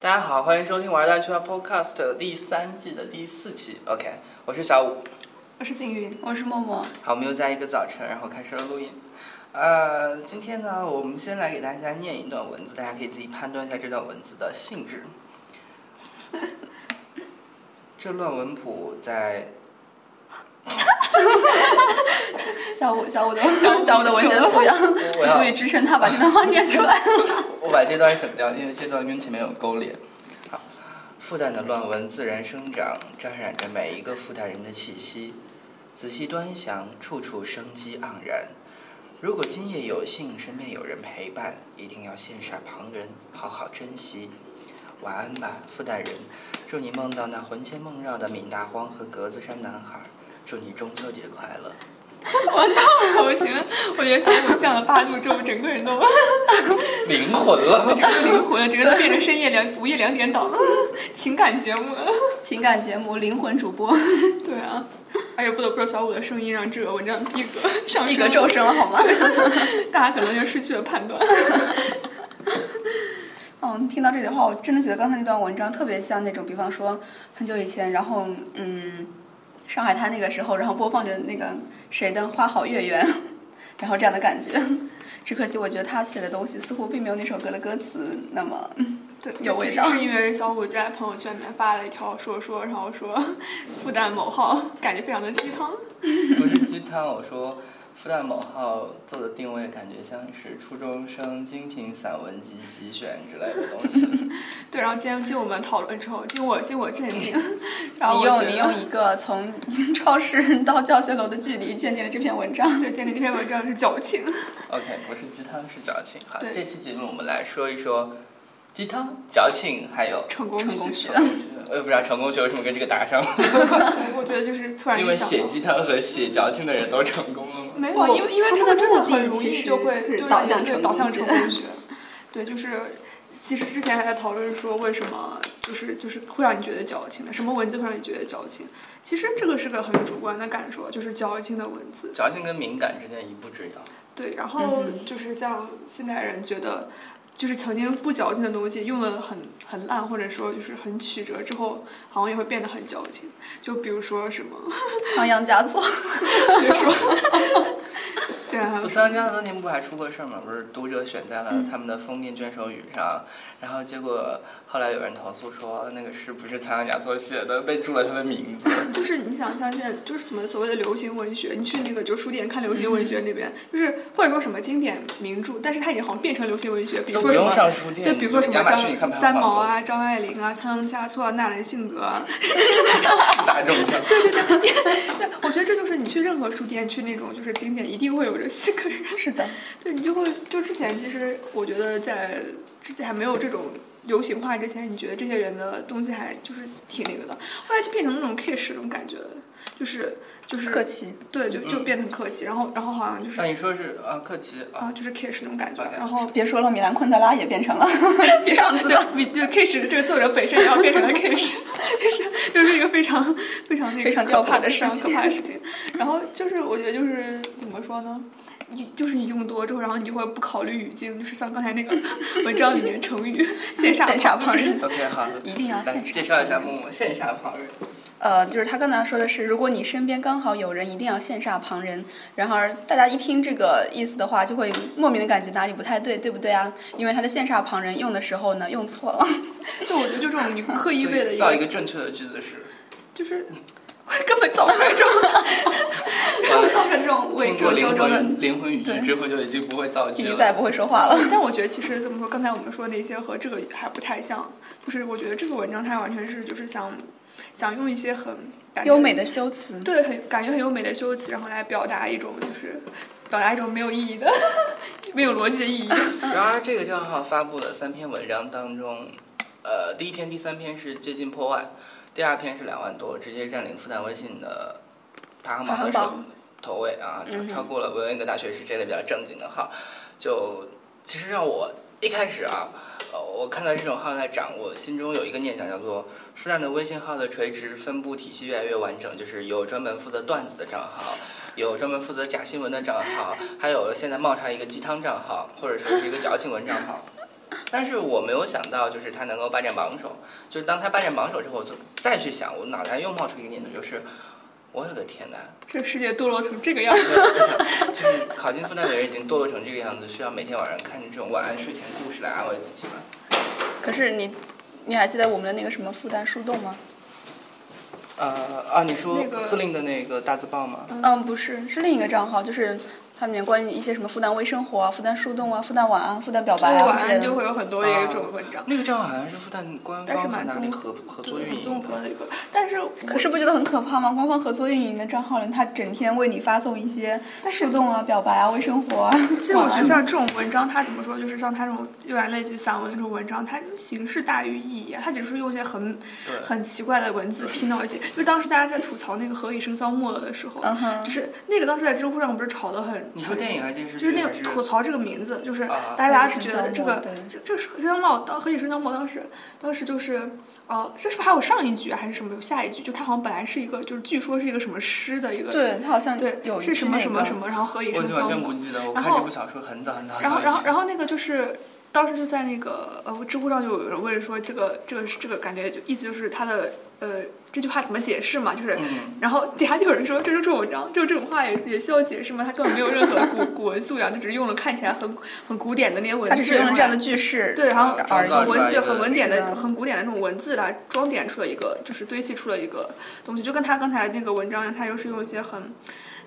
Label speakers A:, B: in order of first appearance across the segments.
A: 大家好，欢迎收听《玩蛋圈 Podcast》第三季的第四期。OK，我是小五。
B: 我是景云，
C: 我是默默，
A: 好，我们又在一个早晨，然后开始了录音。呃，今天呢，我们先来给大家念一段文字，大家可以自己判断一下这段文字的性 质。这论文谱在
C: 小五小五的 小五的文学素养
A: 我要
C: 足以支撑他把这段话念出来。
A: 我把这段省掉，因为这段跟前面有勾连。好，复旦的乱文自然生长，沾染着每一个复旦人的气息。仔细端详，处处生机盎然。如果今夜有幸身边有人陪伴，一定要羡煞旁人，好好珍惜。晚安吧，复旦人，祝你梦到那魂牵梦绕的闽大荒和格子衫男孩，祝你中秋节快乐。
B: 我觉得，我觉得小五降了八度之后，整个人都
A: 灵魂了。
B: 整个灵 魂，整个都变成深夜两午夜两点档 了，情感节目。
C: 情感节目灵魂主播，
B: 对啊，而且不得不说，小五的声音让这个文章逼 格上升
C: 一格骤升了好吗？
B: 大家可能就失去了判断。
C: 嗯，听到这里的话，我真的觉得刚才那段文章特别像那种，比方说很久以前，然后嗯，上海滩那个时候，然后播放着那个谁的《花好月圆》， 然后这样的感觉。只可惜我觉得他写的东西似乎并没有那首歌的歌词那么
B: 对，
C: 有味
B: 其实
C: 道
B: 是因为小五在朋友圈里面发了一条说说，然后说复旦某号，感觉非常的鸡汤。
A: 不是鸡汤，我说复旦某号做的定位感觉像是初中生精品散文集集选之类的东 西。
B: 对，然后今天经我们讨论之后，经我经我鉴 定，然后
C: 你
B: 我觉
C: 用
B: 得
C: 你用一个从 超市到教学楼的距离鉴定了这篇文章。
B: 对鉴定这篇文章是矫情。
A: OK，不是鸡汤是矫情。好，
B: 对
A: 这期节目我们来说一说鸡汤、矫情，还有
B: 成功
C: 成
B: 学
C: 功学
A: 成功学。我也不知道成功学为什么跟这个搭上，
B: 对我觉得就是突然
A: 因
B: 就
A: 为
B: 想
A: 写
B: 到，
A: 鸡汤和写矫情的人都成功了吗？
B: 没
C: 不
B: 有，因为因为
C: 他们
B: 们
C: 的
B: 真的
C: 目的
B: 很容
C: 其
B: 易
C: 实
B: 就会
C: 是
B: 对
C: 导
B: 对
C: 向
B: 对
C: 成
B: 导
C: 功
B: 向成
C: 学
B: 功学，对，就是其实之前还在讨论说为什么就是就是会让你觉得矫情的，什么文字会让你觉得矫情？其实这个是个很主观的感受，就是矫情的文字。
A: 矫情跟敏感之间一步之遥。
B: 对，然后
C: 嗯
B: 就是像现代人觉得，就是曾经不矫情的东西用的很很烂，或者说就是很曲折之后，好像也会变得很矫情。就比如说什么，
C: 仓央嘉措，
B: 比如说，对啊，还有
A: 不，
B: 什么
A: 参加多年不还出过事儿吗？不是读者选在了他们的封面卷首语上，然后结果后来有人投诉说那个诗不是仓央嘉措写的，被注了他的名字。
B: 就是你想像现在就是怎么所谓的流行文学，你去那个就书店看流行文
A: 嗯
B: 学那边，就是或者说什么经典名著，但是它已经好像变成流行文学，比
A: 都
B: 如
A: 不
B: 说什
A: 用
B: 么。
A: 上书店，
B: 对，比如说什么
A: 亚马逊，你看
B: 张
A: 排
B: 三
A: 行
B: 毛
A: 榜
B: 啊、张爱玲啊、仓央嘉措啊、纳兰性德啊，
A: 都大 众向。
B: 对，我觉得这就是你去任何书店去那种就是经典，一定会有这四个人。
C: 是的，
B: 对你就会就之前其实我觉得在之前还没有这种流行化之前，你觉得这些人的东西还就是挺那个的，后来就变成那种 K 十那种感觉了，就是就是
C: 客气。
B: 对，就就
A: 嗯
B: 变得很客气，然后然后好像就是
A: 那你说是啊，克奇啊，
B: 啊就是 K 十那种感觉，
A: OK
B: 然后。
C: 别说了，米兰昆德拉也变成了别上次的
B: 对，就 K 十这个作者本身也要变成了 K 十， 就是就是一个非常非常那个
C: 非常
B: 可
C: 吊诡
B: 怕
C: 的
B: 非常
C: 事
B: 可
C: 情
B: 怕的事情。 然后就是我觉得就是怎么说呢，你就是你用多之后，然后你就会不考虑语境，就是像刚才那个文章里面成语“羡煞
C: 羡煞旁
B: 人
C: 人，
A: ，OK 好，
C: 一定要
A: 来
C: 羡
A: 介
C: 煞。
A: 绍一下木木羡煞旁人，
C: 呃，就是他刚才说的是，如果你身边刚好有人，一定要羡煞旁人。然而，大家一听这个意思的话，就会莫名的感觉哪里不太对，对不对啊？因为他的羡煞旁人用的时候呢，用错了。”，
B: 就我觉得就这种你刻意
A: 所
B: 为了
A: 以
B: 一
A: 造一
B: 个
A: 个正确的句子 是，
B: 就是。根本造不成这种，
A: 呃
C: 造成这种
A: 经
C: 伪
A: 过
C: 周
A: 灵
C: 周周的，
A: 魂灵魂语句之后就已经不会造
C: 已
A: 句
C: 经再也
A: 了。
C: 不会说话了。
B: 但我觉得其实怎么说，刚才我们说的那些和这个还不太像，就是我觉得这个文章它完全是就是想想用一些很感觉
C: 优美的修辞，
B: 对，很感觉很优美的修辞，然后来表达一种就是表达一种没有意义的、 没有逻辑的意义。
A: 然而这个账号发布的三篇文章当中，呃，第一篇、第三篇是接近破万，第二篇是两万多，直接占领复旦微信的排行榜的
C: 排
A: 首
C: 行榜
A: 头位啊，超
C: 嗯哼
A: 超过了维恩格大学士这类比较正经的号。就其实让我一开始啊，呃，我看到这种号在涨，我心中有一个念想，叫做复旦的微信号的垂直分布体系越来越完整，就是有专门负责段子的账 号，有专门负责假新闻的账号，还有了现在冒出来一个鸡汤账号，或者说是一个矫情文账号。但是我没有想到，就是他能够霸占榜首。就是当他霸占榜首之后，我就再去想，我脑袋又冒出一个念头，就是我的个天呐，
B: 这世界堕落成这个样 子，
A: 就是考进复旦的人已经堕落成这个样子，需要每天晚上看着这种晚安睡前故事来安慰自己吗？
C: 可是你，你还记得我们的那个什么复旦树洞吗？
A: 呃啊，你说
B: 那个
A: 司令的那个大字报吗？
C: 嗯，不是，是另一个账号，就是它里面关于一些什么复旦微生活啊、复旦树洞啊、复旦晚安、复旦表白
B: 晚
C: 啊之类
B: 安
C: 的。
B: 就会有很多的一种文章。
A: 那个账号好像是复旦官
B: 但是
A: 方和
B: 蛮
A: 哪里
B: 综
A: 合
B: 合
A: 合
B: 对
A: 作运
B: 很综
A: 营
B: 合
A: 的。
B: 的一个，但是我
C: 可是不觉得很可怕吗？官方合作运营的账号人，他整天为你发送一些树洞啊、表白啊、微生活啊。
B: 其实我
C: 晚
B: 觉
C: 安
B: 得像这种文章，它怎么说，就是像它这种有点类似于散文那种文章，它就是形式大于意义啊，它只是用一些很
A: 对
B: 很奇怪的文字拼到一起。因为当时大家在吐槽那个何以笙箫默的时候，
C: 嗯哼
B: 就是那个当时在知乎上不是吵得很，
A: 你说电影还是电视剧？
B: 就是那
A: 还
B: 个
A: 是
B: 吐槽这个名字，就是
A: 啊
B: 大家是觉得
C: 何以笙箫默
B: 这个
C: 对
B: 这这是何以笙箫默当何以笙箫默当时当时就是呃，这是不是还有上一句啊还是什么有下一句？就他好像本来是一个就是据说是一个什么诗的一个
C: 对他好像
B: 对
C: 有一
B: 是什
C: 句
B: 么
C: 那
B: 什么
C: 个
B: 什么，然后何以
A: 我
B: 笙
A: 已经
B: 箫
A: 完全
B: 默
A: 不。记得，我
B: 然
A: 看这
B: 后
A: 部小说很早很早很
B: 然
A: 早
B: 后，
A: 以
B: 然后，
A: 前
B: 然后那个就是当时就在那个呃知乎上就有人问说这个这个这个感觉就意思就是他的呃这句话怎么解释嘛，就是。
A: 嗯，
B: 然后底下就有人说，这就是文章，就这种话也也需要解释吗？他根本没有任何古 古文素养，就只是用了看起来很很古典的那些文字，
C: 他只是用了这样的
B: 然后
C: 句式，
B: 对，然后
A: 创
C: 而
A: 造
B: 很
A: 出
C: 已。
A: 来
B: 文
A: 一
B: 对
A: 个
B: 很文典
C: 是的
B: 的、很古典的这种文字来装点出了一个，就是堆砌出了一个东西，就跟他刚才那个文章一样，他又是用一些很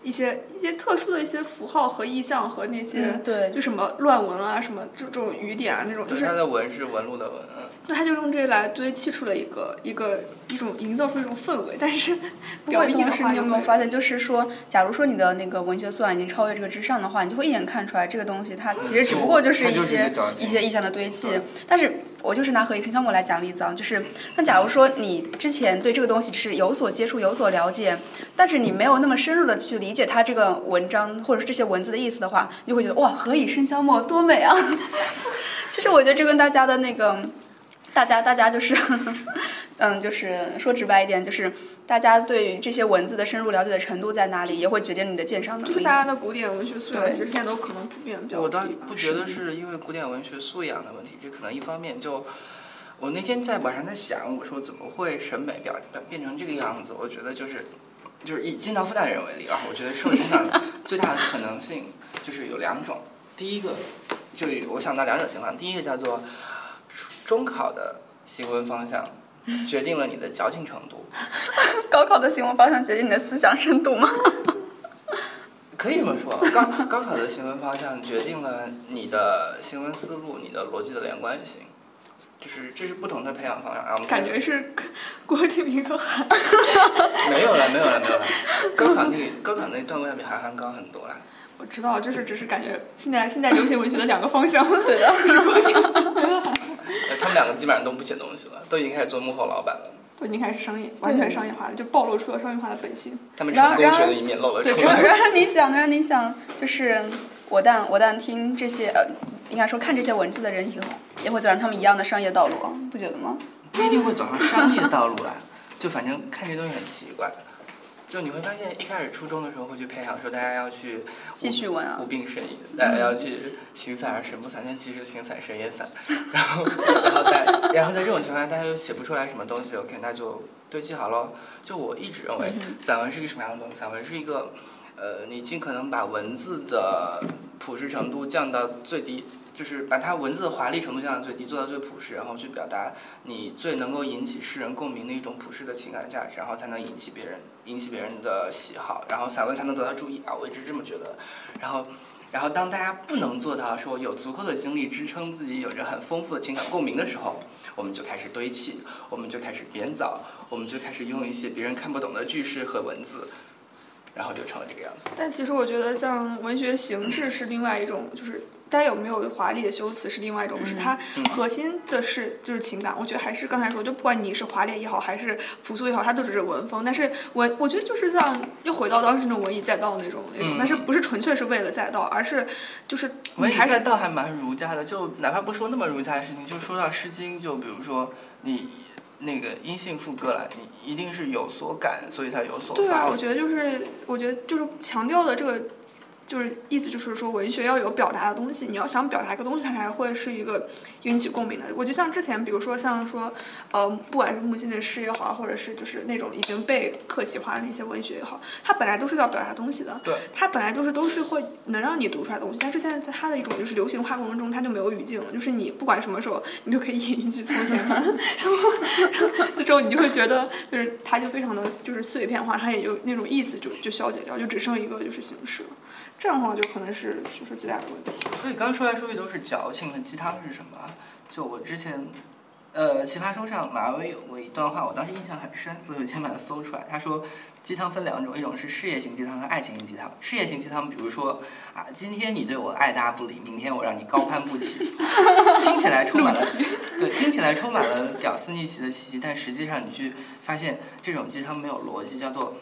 B: 一些一些特殊的一些符号和意象和那些、
C: 嗯，对
B: 就，什么乱文啊，什么这种语典啊，那种就
A: 对，
B: 是
A: 他，的文是文路的文，嗯，
B: 对，他就用这些来堆砌出了一个一个一种营造出一种氛围，但是
C: 不
B: 表
C: 过
B: 意的
C: 同时，
B: 话
C: 你有
B: 就
C: 没有
B: 没
C: 发现，就是说，假如说你的那个文学素养已经超越这个之上的话，你就会一眼看出来这个东西它其实只不过就是
A: 它
C: 一
A: 就是一个
C: 些
A: 矫
C: 一
A: 情
C: 些意象的堆砌
A: 对。
C: 但是我就是拿何以笙箫默来讲例子啊，就是那假如说你之前对这个东西只是有所接触、有所了解，但是你没有那么深入的去理解它这个文章或者是这些文字的意思的话，你就会觉得哇，何以笙箫默多美啊！其实我觉得这跟大家的那个，大家大家就是，嗯，就是说直白一点，就是大家对于这些文字的深入了解的程度在哪里，也会决定你的鉴赏能
B: 就是
C: 力
B: 大。家的古典文学素养
C: 对
B: 其实现在都可能普遍比较
A: 我倒
B: 低吧
A: 不觉得是因为古典文学素养的问题，这可能一方面就，我那天在晚上在想，我说怎么会审美表变成这个样子？我觉得就是，就是以进到复旦人为例啊，我觉得受影响 最大的可能性就是有两种，第一个就我想到两种情况，第一个叫做中考的行文方向决定了你的矫情程度，
C: 高考的行文方向决定你的思想深度吗？
A: 可以这么说，啊 高高考的行文方向决定了你的行文思路、你的逻辑的连贯性，就是这是不同的培养方向。啊，我们
B: 感觉是 郭敬明和韩
A: 没有了，没有了，没 有了。高考那高考那段位要比韩寒高很多啊了。
B: 我知道，就是只是感觉现在现在流行文学的两个方向，
C: 对的，
A: 呃他们两个基本上都不写东西了，都已经开始做幕后老板了。
B: 都已经开始商业，完全商业化了，就暴露出了商业化的本性。
A: 他们
C: 然
A: 成
C: 而
A: 功学的一面露了
C: 对，
A: 出
C: 然后
A: 来。
C: 然后你想，让你想，就是我但我但听这些，呃，应该说看这些文字的人以后，也会走上他们一样的商业道路，不觉得吗？
A: 不一定会走上商业道路啦，啊就反正看这东西很奇怪。就你会发现，一开始初中的时候会去培养说大家要去
C: 记叙文啊
A: 无，病呻吟，大家要去形散而神不散，但其实形散神也散。 然后，然后在然后在这种情况下，大家又写不出来什么东西，OK，那就堆积好喽。就我一直认为，散文是一个什么样的东西？散文是一个，呃，你尽可能把文字的朴实程度降到最低。就是把它文字的华丽程度降到最低，做到最朴实，然后去表达你最能够引起世人共鸣的一种朴实的情感价值，然后才能引起别人引起别人的喜好，然后散文才能得到注意啊！我一直这么觉得。然后，然后当大家不能做到说有足够的精力支撑自己有着很丰富的情感共鸣的时候，我们就开始堆砌，我们就开始编造，我们就开始用一些别人看不懂的句式和文字，然后就成了这个样子。
B: 但其实我觉得，像文学形式是另外一种，就是大家有没有华丽的修辞是另外一种，是它
A: 嗯
B: 核心的是就是情感。我觉得还是刚才说，就不管你是华丽也好，还是朴素也好，它都只是文风。但是文，我觉得就是像又回到当时那种文以载道那种那
A: 嗯，
B: 种但是不是纯粹是为了载道，而是就是
A: 我
B: 你
A: 也
B: 还
A: 在
B: 是
A: 倒还蛮儒家的，就哪怕不说那么儒家的事情，就说到《诗经》，就比如说你那个阴性副歌啦，你一定是有所感，所以才有所
B: 对啊，
A: 发
B: 我。觉得就是我觉得就是强调的这个就是意思就是说，文学要有表达的东西，你要想表达一个东西，它才会是一个引起共鸣的。我就像之前，比如说像说，呃，不管是木心的诗也好啊，或者是就是那种已经被客气化的那些文学也好，它本来都是要表达东西的，
A: 对，
B: 它本来就是都是会能让你读出来的东西。但是现在在它的一种就是流行化过程中，它就没有语境了，就是你不管什么时候，你都可以引一句从前嘛，然后然后这时候你就会觉得，就是它就非常的就是碎片化，它也就那种意思就就消解掉，就只剩一个就是形式了。这样的话就可能是就是最大的问题。
A: 所以刚说来说去都是矫情的鸡汤是什么啊？就我之前，呃，《奇葩说》上马薇有过一段话，我当时印象很深，所以我先把它搜出来。他说，鸡汤分两种，一种是事业型鸡汤和爱情型鸡汤。事业型鸡汤，比如说啊，今天你对我爱答不理，明天我让你高攀不起，听起来充满了对，听起来充满了屌丝逆袭的气息，但实际上你去发现这种鸡汤没有逻辑，叫做。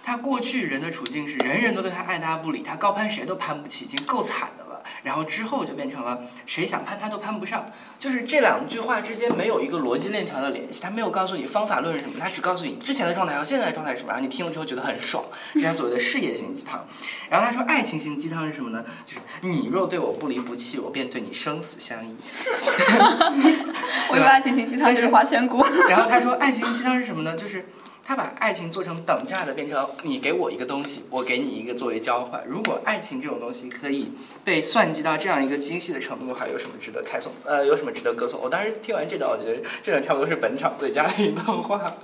A: 他过去人的处境是人人都对他爱答不理，他高攀谁都攀不起，已经够惨的了。然后之后就变成了谁想攀他都攀不上，就是这两句话之间没有一个逻辑链条的联系，他没有告诉你方法论是什么，他只告诉你之前的状态和现在的状态是什么，然后你听了之后觉得很爽，这是他所谓的事业型鸡汤。然后他说爱情型鸡汤是什么呢？就是你若对我不离不弃，我便对你生死相依。
C: 我以为爱情型鸡汤就是花千骨。
A: 然后他说爱情鸡汤是什么呢？就是他把爱情做成等价的，变成你给我一个东西，我给你一个作为交换。如果爱情这种东西可以被算计到这样一个精细的程度，还有什么值得开颂？呃，有什么值得歌颂？我当时听完这段，我觉得这段差不多是本场最佳的一段话。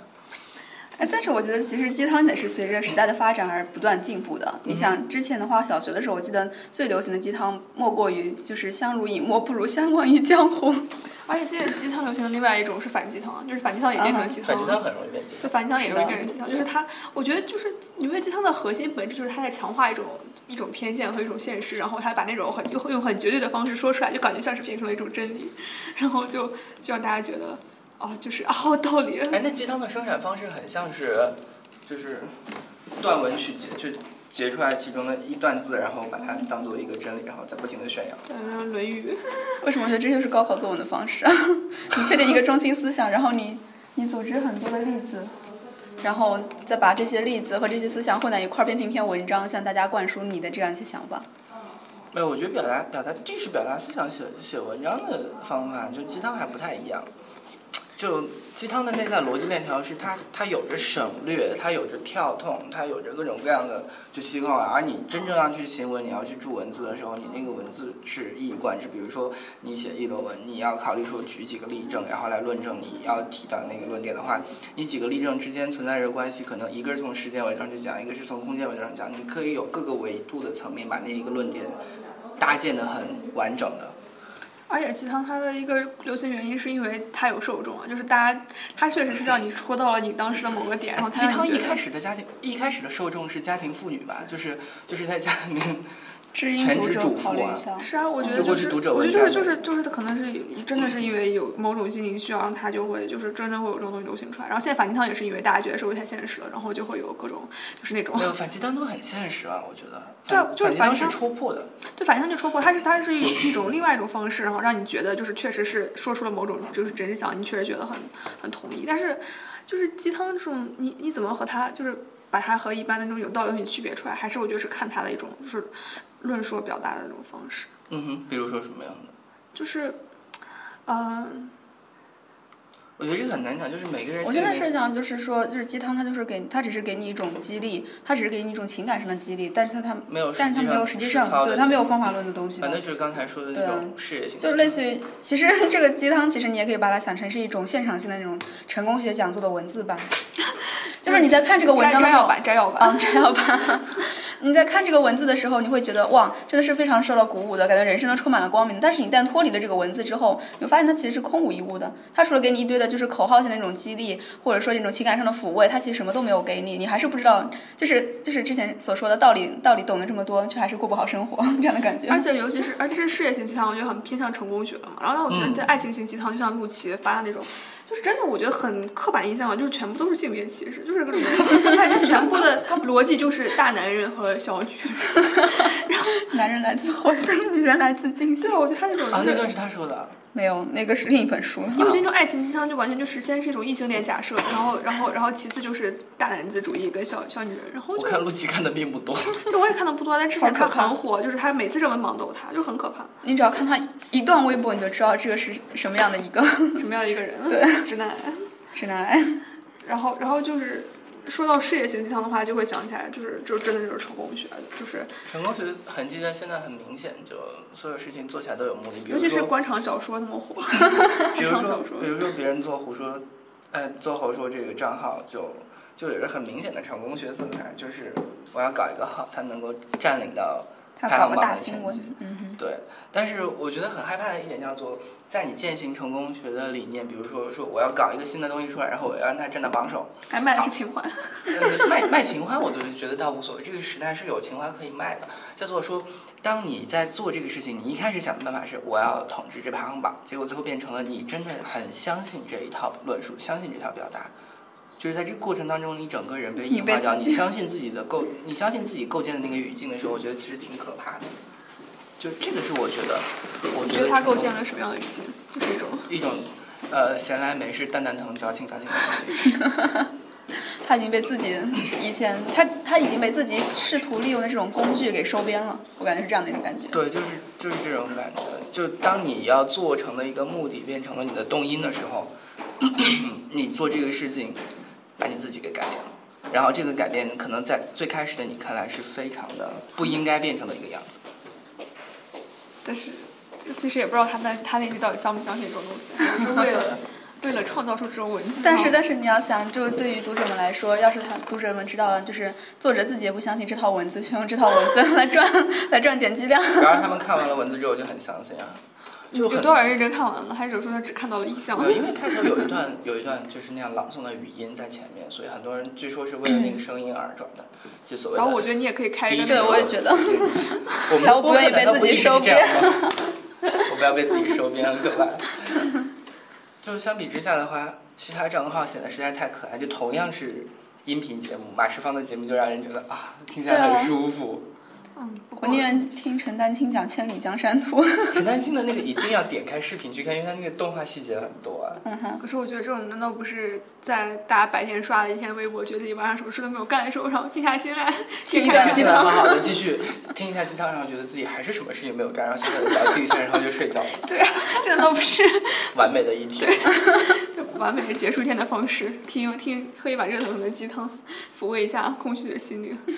C: 哎，但是我觉得其实鸡汤也是随着时代的发展而不断进步的。
A: 嗯
C: 你想之前的话，小学的时候，我记得最流行的鸡汤莫过于就是相濡以沫不如相忘于 江湖。
B: 而且现在鸡汤流行的另外一种是反鸡汤，就是反鸡汤也变成 鸡
A: 反
B: 汤
A: 鸡
B: 了。
A: 汤很容易变鸡
B: 对，
A: 汤。
B: 反鸡汤也容易
C: 是的
B: 变成鸡汤，就是它，我觉得就是你为鸡汤的核心本质就是它在强化一种一种偏见和一种现实，然后它把那种很用用很绝对的方式说出来，就感觉像是变成了一种真理，然后就就让大家觉得。哦， 就是啊，好有道理。
A: 哎，那鸡汤的生产方式很像是，就是段文曲截就截出来其中的一段字，然后把它当做一个真理，然后再不停的宣扬。
B: 对，然后《嗯论语
C: 为什么我觉得这就是高考作文的方式啊？ 你确定一个中心思想，然后你你组织很多的例子，然后再把这些例子和这些思想混在一块儿，变成一篇文章，向大家灌输你的这样一些想法。
A: 没有，我觉得表达表达这是表达思想写写文章的方法，就鸡汤还不太一样。就鸡汤的内在逻辑链条是它它有着省略，它有着跳痛，它有着各种各样的就虚构啊。而你真正要去行文，你要去注文字的时候，你那个文字是一以贯之。比如说你写议论文，你要考虑说举几个例证，然后来论证你要提到那个论点的话，你几个例证之间存在着关系，可能一个是从时间维度上去讲，一个是从空间维度上讲，你可以有各个维度的层面把那一个论点搭建的很完整
C: 哦
A: 的。》，
B: 而且鸡汤它的一个流行原因是因为它有受众啊，就是大家，它确实是让你戳到了你当时的某个点，然后
A: 哎鸡
B: 它让
A: 汤
B: 你
A: 一
B: 觉得
A: 开始的家庭，一开始的受众是家庭妇女
C: 哦
A: 吧，就是就是在家里面，
C: 知音
A: 全
C: 读
A: 职
C: 者
A: 主
C: 考
A: 妇
C: 虑
A: 啊
C: 一下。
B: 是啊，我觉
A: 就
B: 得
A: 过
B: 就
A: 去
B: 是，
A: 读者
B: 我
A: 文
B: 觉得
A: 摘
B: 就是就
A: 嘛
B: 是就是，他可能是真的是因为有某种心灵需要，然后他就会就是真的会有这种东西流行出来。然后现在反鸡汤也是因为大家觉得社会太现实了，然后就会有各种就是那种
A: 没有反鸡汤都很现实 啊，我觉得。
B: 对啊
A: 反
B: 就是
A: 反鸡
B: 反
A: 汤
B: 鸡
A: 是戳破的。
B: 对反鸡汤就戳破，它是它是有一种另外一种方式，然后让你觉得就是确实是说出了某种就是真相，你确实觉得很很同意。但是就是鸡汤这种，你你怎么和它就是把它和一般的那种有道理的东西区别出来？还是我觉得是看它的一种就是论述表达的那种方式。
A: 嗯哼，比如说什么样的？
B: 就是，呃，
A: 我觉得这个很难讲，就是每个人
C: 我
A: 心里
C: 现在
A: 面。
C: 设想就是说，就是鸡汤，它就是给，它只是给你一种激励，它只是给你一种情感上的激励，但是它它，
A: 没有实际
C: 但
A: 上
C: 是它没有实际
A: 实操
C: 上，
A: 的
C: 对，它没有方法论的东西的
A: 反正就是刚才说的那
C: 对啊
A: 种事业型，
C: 就是类似于，其实 这个鸡汤，其实你也可以把它想成是一种现场性的那种成功学讲座的文字版， 就是你在看这个文
B: 摘
C: 章的
B: 摘
C: 时
B: 要
C: 候，
B: 版，哦摘要版。
C: 啊，这样吧， 你在看这个文字的时候，你会觉得哇，真的是非常受到鼓舞的感觉，人生都充满了光明。但是你一旦脱离了这个文字之后，你会发现它其实是空无一物的。它除了给你一堆的就是口号性的那种激励，或者说那种情感上的抚慰，它其实什么都没有给你，你还是不知道，就是就是之前所说的道理，道理懂了这么多，却还是过不好生活 这样 的感觉。
A: 嗯
B: 而且尤其是，而且是事业型鸡汤，我觉得很偏向成功学了嘛。然后让我觉得
A: 嗯
B: 在爱情型鸡汤，就像陆琪发的那种，就是真的，我觉得很刻板印象啊，就是全部都是性别歧视，就是 各种，他就全部的逻辑就是大男人和小女人。
C: 男人来自火星，女人来自金星
B: 对，。我觉得他那 种
A: 啊，那
B: 就是
A: 段是他说的啊，
C: 没有，那个是另一本书了。
B: 因为我觉得那种爱情鸡汤就完全就是先是一种异性恋假设，然后然后然后其次就是大男子主义跟小小女人，然后
A: 我
B: 就
A: 看陆琪看的并不多，
B: 就我也看的不多，但之前
C: 好
B: 他
C: 可怕
B: 很火，就是他每次热门榜都有他，就很可怕，
C: 你只要看他一段微博，你就知道这个是什么样的一个
B: 什么样的一个人？对，直男癌。
C: 直男 癌。
B: 然后，然后就是说到事业型鸡汤的话，就会想起来，就是就真的就是成功学，就是
A: 成功学痕迹在现在很明显，就所有事情做起来都有目的，比
B: 尤
A: 如
B: 其是
A: 说，
B: 官场小说那么火，
A: 比
B: 职
A: 如
B: 场
A: 说
B: 小说，
A: 比如说别人做胡说，哎，做猴说这个账号就。就有一个很明显的成功学色彩，就是我要搞一个号，它能够占领到
C: 他
A: 排
C: 搞
A: 行
C: 个
A: 榜
C: 大
A: 的
C: 新
A: 前
C: 闻
A: 几，
C: 嗯哼，
A: 对，但是我觉得很害怕的一点叫做，在你践行成功学的理念，比如说说我要搞一个新的东西出来，然后我要让它站到榜首，
B: 还卖的是情怀，
A: 呃卖卖情怀，我都觉得倒无所谓。这个时代是有情怀可以卖的，叫做说，当你在做这个事情，你一开始想的办法是我要统治这排行榜，结果最后变成了你真的很相信这一套论述，相信这套表达。就是在这个过程当中，你整个人被
C: 你
A: 异
C: 被
A: 化掉，你
C: 自己
A: 相信自己的构，你相信自己构建的那个语境的时候，我觉得其实挺可怕的。就这个是我觉得，我
B: 你
A: 觉
B: 觉
A: 得
B: 得他
A: 成功
B: 构建了什么样的语境？就是一种
A: 一种，呃，闲来没事蛋蛋疼，矫情矫情矫情。
C: 他已经被自己以前他他已经被自己试图利用的这种工具给收编了，我感觉是这样的一个感觉。
A: 对，就是就是这种感觉。就当你要做成了一个目的，变成了你的动因的时候，你做这个事情，把你自己给改变了。然后这个改变可能在最开始的你看来是非常的不应该变成的一个样子。
B: 但是其实也不知道他那他那句到底相不相信这种东西， 就是为了为了创造出这种文字。
C: 但是，但是你要想，就是对于读者们来说，要是他读者们知道了，就是作者自己也不相信这套文字，就用这套文字 来赚来赚点击量。
A: 然后他们看完了文字之后就很相信啊，就
B: 有
A: 很
B: 多少人认真看完了，还是说他只看到了意象？
A: 没有，因为开头有一段有一段就是那样朗诵的语音在前面，所以很多人据说是为了那个声音而转的，就所谓
B: 小
A: 的
B: 五，我觉得你也可以开一个
A: 低
B: 那
C: 对
A: 沉
B: 种
C: 我也觉得
A: 对我
C: 小
A: 们
C: 五
A: 播
C: 不愿意
A: 客难
C: 被
A: 道
C: 自
A: 不
C: 己
A: 一直
C: 收
A: 这样 吗？我不要被自己收编了，各位。就相比之下的话，其他账号显得实在是太可爱。就同样是音频节目，马世芳的节目就让人觉得啊，听起来
C: 对啊
A: 很舒服。
B: 嗯，不
C: 我
B: 过
C: 宁愿听陈丹青讲《千里江山图》。
A: 陈丹青的那个一定要点开视频去看，因为他那个动画细节很多 啊。
C: 嗯哼，
B: 可是我觉得这种难道不是在大家白天刷了一天微博，觉得自己晚上什么事都没有干的时候，然后静下心来
C: 听一
B: 点
C: 段
B: 开
C: 鸡
B: 始
C: 汤
A: 好好的继续听一下鸡汤，然后觉得自己还是什么事情没有干，然后现在矫情一下，然后就睡觉了，
B: 对啊，这难道不是
A: 完美的一 天。
B: 完美的结束一天的方式？听听喝一碗热腾腾的鸡汤，抚慰一下空虚的心灵。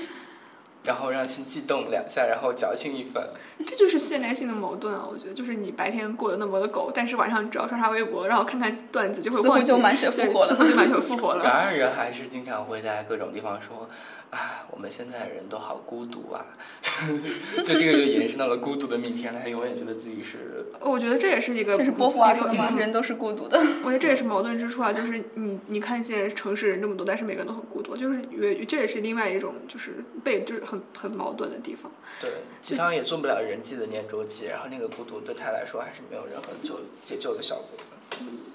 A: 然后让心悸动两下，然后矫情一番。
B: 这就是现代性的矛盾啊！我觉得，就是你白天过得那么的狗，但是晚上只要刷刷微博，然后看看段子，就会
C: 似乎
B: 忘记
C: 就满血复
B: 对
C: 活
B: 似
C: 了
B: 乎就满血复 活了。
A: 然而，人还是经常会在各种地方说：“啊，我们现在人都好孤独啊！” 就这个就延伸到了孤独的命题，让他永远觉得自己是
B: 我觉得这也是一个，
C: 这是 波伏娃
B: 一
C: 说
B: 个
C: 的吗？人都是孤独的。
B: 我觉得这也是矛盾之处啊，就是你你看现在城市人这么多，但是每个人都很孤独，就是也这也是另外一种就是被就是很很矛盾的地方。
A: 对 鸡汤也做不了人际的念周期，然后那个孤独对他来说还是没有任何救解救的效果的。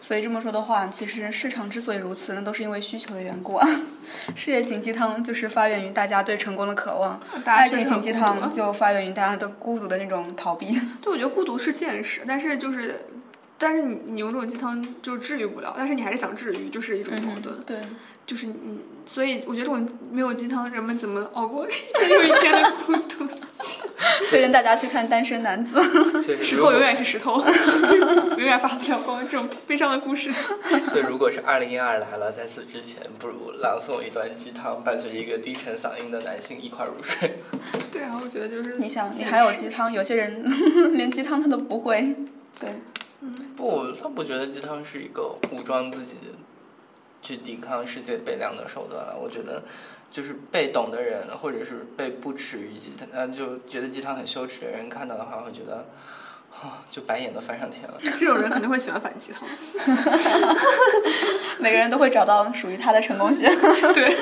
C: 所以这么说的话，其实市场之所以如此，那都是因为需求的缘故啊。 事业型鸡汤就是发源于大家对成功的渴望，
B: 大家
C: 爱
B: 确
C: 情
B: 实
C: 型
B: 很
C: 鸡
B: 孤独
C: 汤
B: 啊
C: 就发源于大家对孤独的那种逃避。
B: 对，我觉得孤独是现实，但是就是。但是你你用这种鸡汤就治愈不了，但是你还是想治愈，就是一种矛盾，
C: 嗯对，
B: 就是你，所以我觉得这种没有鸡汤，人们怎么熬过一天又一天的孤独？
C: 推荐大家去看《单身男子》。
A: 所以
B: 石
A: 如
B: 头
A: 果
B: 永远是石头， 永远发不了光，这种悲伤的故事。
A: 所以如果是二零一二来了，在此之前，不如朗诵一段鸡汤，伴随着一个低沉嗓音的男性一块入睡。
B: 对啊，我觉得就是
C: 你想，你
B: 现
C: 还有
B: 实
C: 鸡汤，有些人 连鸡汤他都不会。对，
A: 不，我倒不觉得鸡汤是一个武装自己去抵抗世界悲凉的手段啊了。我觉得，就是被懂的人，或者是被不耻于鸡汤，呃，就觉得鸡汤很羞耻的人看到的话，会觉得，啊就白眼都翻上天了。
B: 这种人肯定会喜欢反鸡汤。
C: 每个人都会找到属于他的成功学。
B: 对，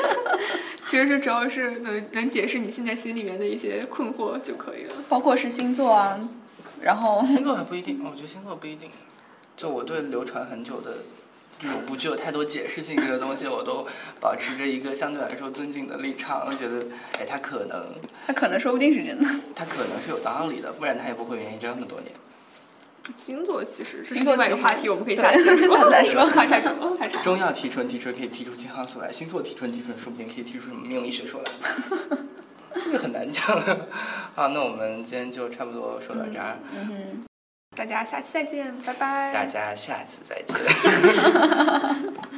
B: 其实这主要是能能解释你现在心里面的一些困惑就可以了。
C: 包括是星座啊，然后
A: 星座还不一定，我觉得星座不一定。就我对流传很久的这种不具有太多解释性质的东西，我都保持着一个相对来说尊敬的立场，我觉得，哎，他可能，
C: 他可能说不定是真的。
A: 他可能是有道理的，不然他也不会研究这么多年。
B: 星座其实是
C: 星座
B: 另外一个
C: 其实
B: 话题，我们可以
C: 对
B: 下次
C: 下次再
B: 说，
C: 说
B: 太太长了，太长了。
A: 中药提纯提纯可以提出金蒿素来，星座提纯提纯，说不定可以提出什么命理学说来。 这个很难讲啊。那我们今天就差不多说到这儿，
C: 嗯哼。
B: 大家下期再见，拜拜。
A: 大家下次再见。